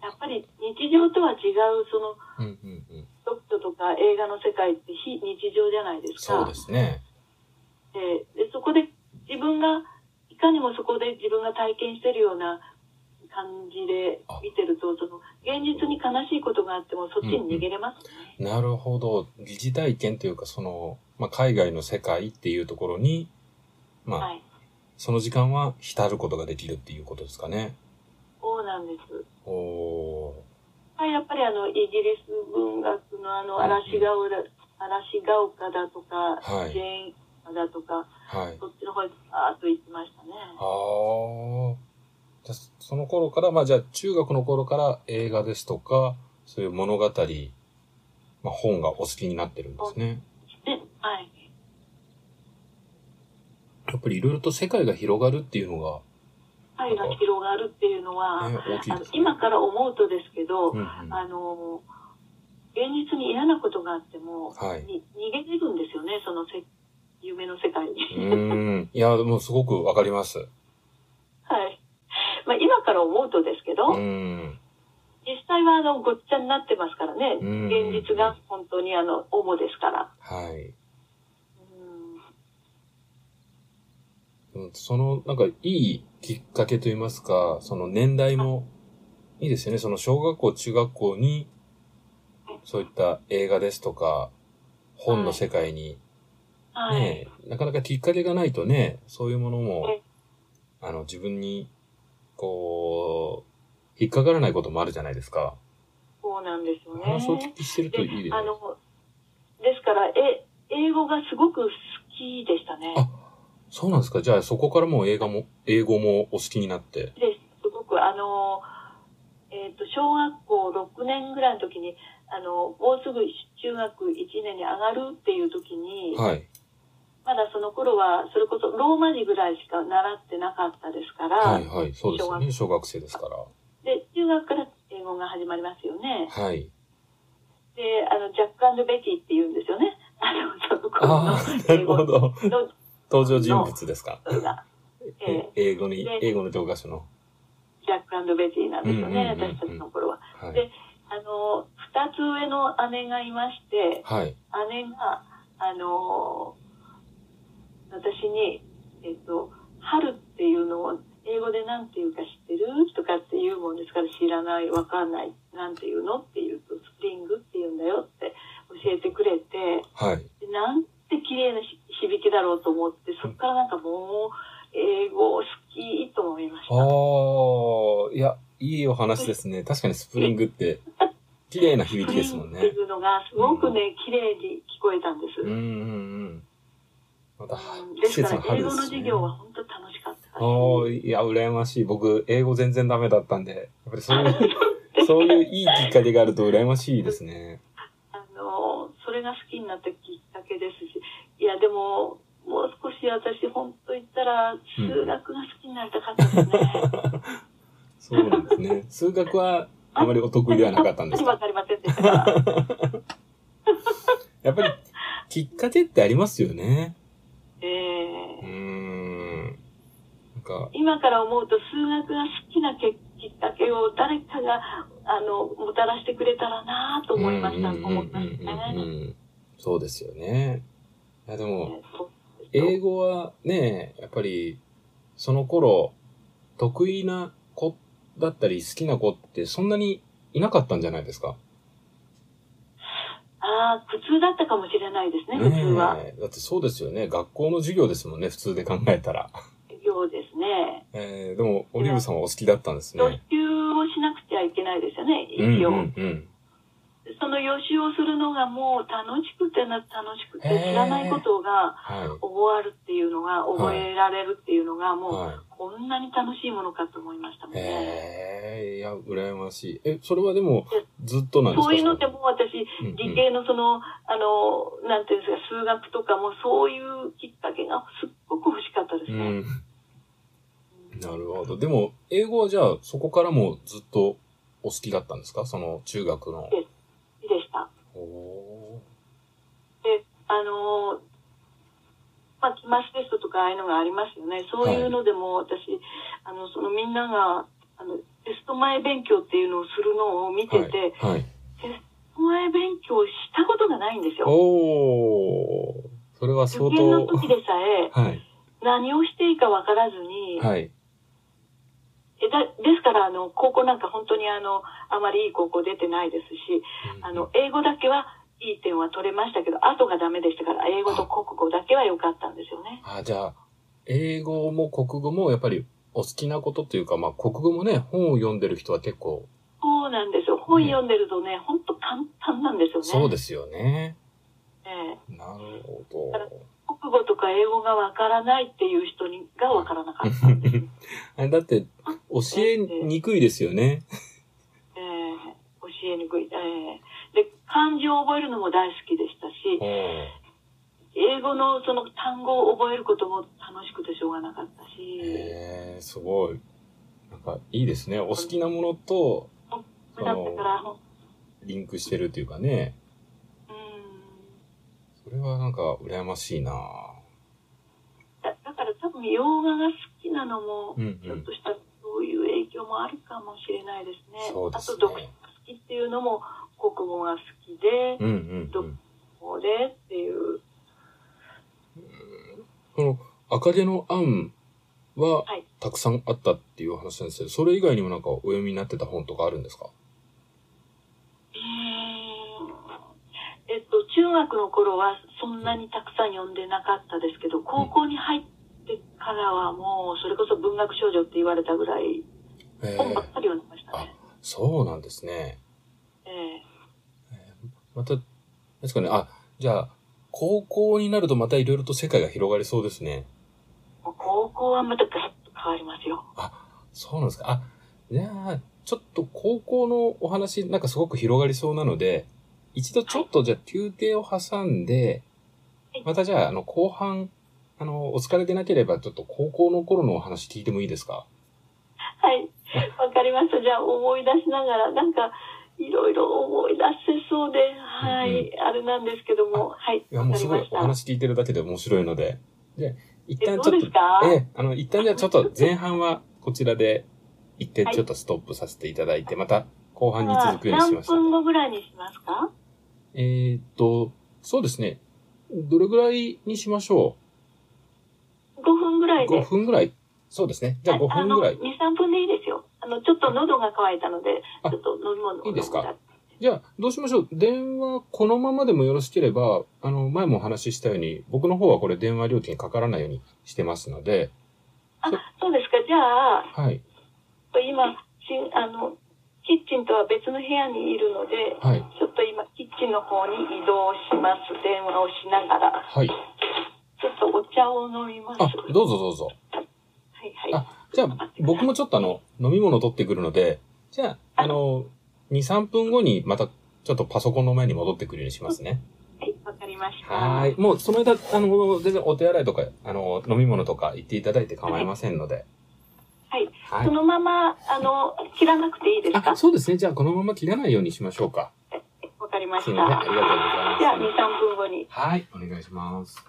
[SPEAKER 2] やっぱり日常とは違う、その、
[SPEAKER 1] うんうんうん。
[SPEAKER 2] 読書とか映画の世界って非日常じゃないですか。
[SPEAKER 1] そうですね。
[SPEAKER 2] ででそこで自分が、いかにもそこで自分が体験してるような感じで見てると、その、現実に悲しいことがあってもそっちに逃げれます。
[SPEAKER 1] なるほど。疑似体験というか、その、まあ、海外の世界っていうところに、まあ、
[SPEAKER 2] はい。
[SPEAKER 1] その時間は浸ることができるっていうことですかね。
[SPEAKER 2] そうなんです。
[SPEAKER 1] おお
[SPEAKER 2] はい、やっぱりあの、イギリス文学のあの、嵐が丘だ、嵐が丘だとか、
[SPEAKER 1] はい
[SPEAKER 2] ジェーン丘だとか、
[SPEAKER 1] ー。はい。
[SPEAKER 2] そっちの方にあーっと行きましたね。
[SPEAKER 1] ああ。じゃあその頃から、まあじゃあ中学の頃から映画ですとか、そういう物語、まあ本がお好きになってるんですね。
[SPEAKER 2] で、はい。
[SPEAKER 1] やっぱりいろいろと世界が広がるっていうの
[SPEAKER 2] 愛が広がるっていうのは
[SPEAKER 1] が、、ね、大きい
[SPEAKER 2] あ
[SPEAKER 1] で
[SPEAKER 2] の
[SPEAKER 1] すね。
[SPEAKER 2] 今から思うとですけど、
[SPEAKER 1] うんうん、は
[SPEAKER 2] あの現実に嫌なことがあっても、
[SPEAKER 1] い。
[SPEAKER 2] に逃げれるんですよねそのせ夢の世界に、
[SPEAKER 1] うーん。いや、でもすごくわかります。う
[SPEAKER 2] はいまあ、今から思うとですけど、
[SPEAKER 1] ーん。
[SPEAKER 2] 実際はあのごっちゃになってますからね、
[SPEAKER 1] うん
[SPEAKER 2] 現実が本当にあの主ですから、
[SPEAKER 1] はい。
[SPEAKER 2] うん
[SPEAKER 1] うんその、なんか、いいきっかけといいますか、その年代も、いいですよね。その小学校、中学校に、そういった映画ですとか、本の世界に、
[SPEAKER 2] はい
[SPEAKER 1] ね、なかなかきっかけがないとね、そういうもの
[SPEAKER 2] は
[SPEAKER 1] も
[SPEAKER 2] い、
[SPEAKER 1] あの、自分に、こう、引っかからないこともあるじゃないですか。
[SPEAKER 2] そうなんですよ
[SPEAKER 1] お
[SPEAKER 2] ね
[SPEAKER 1] 話をお聞きしてるといいですね
[SPEAKER 2] あのですからえ英語がすごく好きでしたね
[SPEAKER 1] あそうなんですかじゃあそこからもう映画も、英語もお好きになって。
[SPEAKER 2] です。すごく、あの、えっ、と、小学校6年ぐらいの時に、あの、もうすぐ中学1年に上がるっていう時に、
[SPEAKER 1] はい。
[SPEAKER 2] まだその頃は、それこそローマ字ぐらいしか習ってなかったですから、
[SPEAKER 1] はいはい。そうですよね。小学生ですから。
[SPEAKER 2] で、中学から英語が始まりますよね。
[SPEAKER 1] はい。
[SPEAKER 2] で、あの、ジャックベキーって言うんですよね。あの、その頃の
[SPEAKER 1] ああ、な
[SPEAKER 2] 英
[SPEAKER 1] る
[SPEAKER 2] 語
[SPEAKER 1] ほ
[SPEAKER 2] の
[SPEAKER 1] ど。登場人物ですか。
[SPEAKER 2] それが、え
[SPEAKER 1] え英語に
[SPEAKER 2] で、
[SPEAKER 1] 英語の教科書の。
[SPEAKER 2] ジャックベキーなんですよね、
[SPEAKER 1] うんうんうんうん
[SPEAKER 2] 私たちの頃は。
[SPEAKER 1] はい
[SPEAKER 2] で。あの、二つ上の姉がいまして、
[SPEAKER 1] はい。
[SPEAKER 2] 姉が、あのー私に、えっと、春っていうのを英語で何て言うか知ってるとかって言うもんですから知らない、わかんない、なんて言うのって言うと、スプリングって言うんだよって教えてくれて、
[SPEAKER 1] はい。
[SPEAKER 2] でなんて綺麗なひ響きだろうと思って、そっからなんかもう、英語好きと思いました。
[SPEAKER 1] ああ、いや、いいお話ですね。確かにスプリング って、綺麗な響きですもん
[SPEAKER 2] スプリン
[SPEAKER 1] ね
[SPEAKER 2] グって。いうのがすごくね、綺麗に聞こえたんです。
[SPEAKER 1] うんうん
[SPEAKER 2] うん
[SPEAKER 1] うん。また、
[SPEAKER 2] で
[SPEAKER 1] 季
[SPEAKER 2] す
[SPEAKER 1] 節
[SPEAKER 2] か
[SPEAKER 1] の
[SPEAKER 2] ら
[SPEAKER 1] 春
[SPEAKER 2] 英
[SPEAKER 1] で
[SPEAKER 2] 語の
[SPEAKER 1] す
[SPEAKER 2] 授
[SPEAKER 1] ね。
[SPEAKER 2] 業は本当楽しかったです。
[SPEAKER 1] ああ、いや、羨ましい。僕、英語全然ダメだったんで、やっぱりそういう、そういういいきっかけがあると羨ましいですね。
[SPEAKER 2] あの、それが好きになったきっかけですし、いや、でも、もう少し私、本当言ったら、数学が好きになりたかったですね。
[SPEAKER 1] そうなんですね。数学はあまりお得意ではなか ったんです
[SPEAKER 2] 本
[SPEAKER 1] か
[SPEAKER 2] 当にわかりませんでしたから。
[SPEAKER 1] やっぱり、きっかけってありますよね。
[SPEAKER 2] え
[SPEAKER 1] うー
[SPEAKER 2] え
[SPEAKER 1] ん。なんか、
[SPEAKER 2] 今から思うと、数学が好きなけきっかけを誰かが、あの、もたらしてくれたらなぁと思いました、
[SPEAKER 1] うんうん
[SPEAKER 2] 思いまし
[SPEAKER 1] うん
[SPEAKER 2] た
[SPEAKER 1] うんう
[SPEAKER 2] ね。
[SPEAKER 1] んそうですよね。いや、でも、
[SPEAKER 2] ええそう
[SPEAKER 1] 英語はね、やっぱり、その頃、得意な子だったり好きな子ってそんなにいなかったんじゃないですか。
[SPEAKER 2] ああ、苦痛だったかもしれないですね、普通は。
[SPEAKER 1] ねえだってそうですよね。学校の授業ですもんね、普通で考えたら。
[SPEAKER 2] ようですね。
[SPEAKER 1] えー、でも、オリーブさんはお好きだったんです
[SPEAKER 2] 予習
[SPEAKER 1] ね。
[SPEAKER 2] をしなくちゃいけないですよね、一
[SPEAKER 1] うんう
[SPEAKER 2] 応。
[SPEAKER 1] んうん。
[SPEAKER 2] その予習をするのがもう楽しくてな、楽しくて、
[SPEAKER 1] へー
[SPEAKER 2] 知らないことが
[SPEAKER 1] はい。
[SPEAKER 2] 覚わるっていうのが、覚えられるっていうのが、もう、
[SPEAKER 1] はい。
[SPEAKER 2] こんなに楽しいものかと思いましたもんね。
[SPEAKER 1] へえ、いや、羨ましい。え、それはでも、ずっとなんですか
[SPEAKER 2] そういうのって
[SPEAKER 1] そ
[SPEAKER 2] もう私、
[SPEAKER 1] のうん
[SPEAKER 2] 理系のその、あの、なんていうんですか、数学とかもそういうきっかけがすっごく欲しかったです
[SPEAKER 1] う
[SPEAKER 2] ね。
[SPEAKER 1] ん。うん。なるほど。でも、英語はじゃあ、そこからもずっとお好きだったんですかその中学の。
[SPEAKER 2] 好きでした。
[SPEAKER 1] お
[SPEAKER 2] あのーまあ、期末テストとかああいうのがありますよね。そういうのでも私、あの、そのみんなが、あの、テスト前勉強っていうのをするのを見
[SPEAKER 1] ー
[SPEAKER 2] てて、テ
[SPEAKER 1] はい。はい。
[SPEAKER 2] スト前勉強したことがないんですよ。
[SPEAKER 1] おー。それは相
[SPEAKER 2] 受験の
[SPEAKER 1] 当。
[SPEAKER 2] 時でさえ、
[SPEAKER 1] はい。
[SPEAKER 2] 何をしていいかわからずに、
[SPEAKER 1] はい。
[SPEAKER 2] えだですから、あの、高校なんか本当にあの、あまりいい高校出てないですし、あの、英語だけはいい点は取れましたけど、あとがダメでしたから、英語と国語だけは良かったんですよね。
[SPEAKER 1] あ、じゃあ、英語も国語もやっぱりお好きなことっていうか、まあ国語もね、本を読んでる人は結構、
[SPEAKER 2] そうなんですよ。本読んでるとね、ほんと簡単なんですよね。
[SPEAKER 1] そうですよね。
[SPEAKER 2] ええ
[SPEAKER 1] なるほど。
[SPEAKER 2] 国語とか英語がわからないっていう人にがわからなかったんです。
[SPEAKER 1] あれだって、教えにくいですよね。
[SPEAKER 2] ええ教えにくい。ええで、漢字を覚えるのも大好きでしたし、英語のその単語を覚えることも楽しくてしょうがなかったし、
[SPEAKER 1] へえ、すごい。なんかいいですね。お好きなものとそ
[SPEAKER 2] だった
[SPEAKER 1] の
[SPEAKER 2] から、うん。
[SPEAKER 1] リンクしてるっていうかね。それはなんか羨ましいな
[SPEAKER 2] だだから多分洋画が好きなのも、
[SPEAKER 1] うん
[SPEAKER 2] ち
[SPEAKER 1] う
[SPEAKER 2] ょっ
[SPEAKER 1] ん。
[SPEAKER 2] としたそういう影響もあるかもしれないですね。
[SPEAKER 1] そうで
[SPEAKER 2] あ
[SPEAKER 1] す
[SPEAKER 2] と
[SPEAKER 1] ね
[SPEAKER 2] 読書が好きっていうのも国語が好きで、
[SPEAKER 1] うんうんうん。
[SPEAKER 2] これっていう。
[SPEAKER 1] この赤毛のアンは
[SPEAKER 2] はい
[SPEAKER 1] たくさんあったっていう話なんですけど、それ以外にもなんかお読みになってた本とかあるんですか
[SPEAKER 2] えっと、中学の頃はそんなにたくさん読んでなかったですけど、高校に入ってからはもう、それこそ文学少女って言われたぐらい、
[SPEAKER 1] え
[SPEAKER 2] 本ばっ
[SPEAKER 1] ー
[SPEAKER 2] かり読んでましたね。
[SPEAKER 1] そうなんですね。
[SPEAKER 2] え
[SPEAKER 1] また、ですかね、あ、じゃあ、高校になるとまたいろいろと世界が広がりそうですね。
[SPEAKER 2] えもう高校はまたガラッと変わりますよ。
[SPEAKER 1] そうなんですか。あ、じゃあ、ちょっと高校のお話、なんかすごく広がりそうなので、一度ちょっとじゃあ休憩を挟んで
[SPEAKER 2] はい、
[SPEAKER 1] またじゃあ、あの、後半、あの、お疲れでなければ、ちょっと高校の頃のお話聞いてもいいですか
[SPEAKER 2] はい。わかりました。じゃあ思い出しながら、なんか、いろいろ思い出せそうで、はい、あれなんですけども、はい。
[SPEAKER 1] いや、もうすご
[SPEAKER 2] わか
[SPEAKER 1] い
[SPEAKER 2] り
[SPEAKER 1] お
[SPEAKER 2] まし
[SPEAKER 1] 話聞いてるだけで面白いので。で、一
[SPEAKER 2] た。
[SPEAKER 1] 旦
[SPEAKER 2] え、ど
[SPEAKER 1] ちょ
[SPEAKER 2] う
[SPEAKER 1] っ
[SPEAKER 2] で
[SPEAKER 1] と
[SPEAKER 2] す、か
[SPEAKER 1] ええ、あの、一旦じゃあちょっと前半はこちらで、一点ちょっとストップさせていただいて、また後半に続くようにしました。
[SPEAKER 2] 何分後ぐらいにしますか
[SPEAKER 1] えーっと、そうですね。どれぐらいにしましょ
[SPEAKER 2] ?5 分ぐ
[SPEAKER 1] う
[SPEAKER 2] らいで。
[SPEAKER 1] ?5 分ぐらいそうですね。じゃあ5分ぐらい
[SPEAKER 2] あ。の、2、3分でいいですよ。あの、ちょっと喉が渇いたので、
[SPEAKER 1] あ
[SPEAKER 2] ちょっと飲み物を
[SPEAKER 1] いいですか
[SPEAKER 2] 飲んだ
[SPEAKER 1] じゃあ、どうしましょう電話、このままでもよろしければ、あの、前もお話ししたように、僕の方はこれ電話料金かからないようにしてますので、
[SPEAKER 2] あ、そうですか。じゃあ、
[SPEAKER 1] はい。
[SPEAKER 2] 今、しあの、キッチンとは別の部屋にいるので、
[SPEAKER 1] はい。
[SPEAKER 2] ちょっと今、キッチンの方に移動します。電話をしながら。
[SPEAKER 1] はい。
[SPEAKER 2] ちょっとお茶を飲みます。は
[SPEAKER 1] あ、どうぞどうぞ。
[SPEAKER 2] いはい。
[SPEAKER 1] あ、じゃあ、僕もちょっとあの、飲み物取ってくるので、じゃあ、あの、2、3分後にまた、ちょっとパソコンの前に戻ってくるようにしますね。
[SPEAKER 2] はい、わかりました。
[SPEAKER 1] はーい。もう、その間、あの、全然お手洗いとか、あの、飲み物とか行っていただいて構いませんので。
[SPEAKER 2] はい。
[SPEAKER 1] は
[SPEAKER 2] そ
[SPEAKER 1] い。
[SPEAKER 2] のまま、あの、切らなくていいですか
[SPEAKER 1] あ、そうですね。じゃあ、このまま切らないようにしましょうか。
[SPEAKER 2] わかりまし
[SPEAKER 1] す
[SPEAKER 2] た。
[SPEAKER 1] い
[SPEAKER 2] じ
[SPEAKER 1] ません。あ
[SPEAKER 2] ゃ
[SPEAKER 1] りがとうござい
[SPEAKER 2] あ、2、
[SPEAKER 1] ます。
[SPEAKER 2] 3分後に。
[SPEAKER 1] はい。お願いします。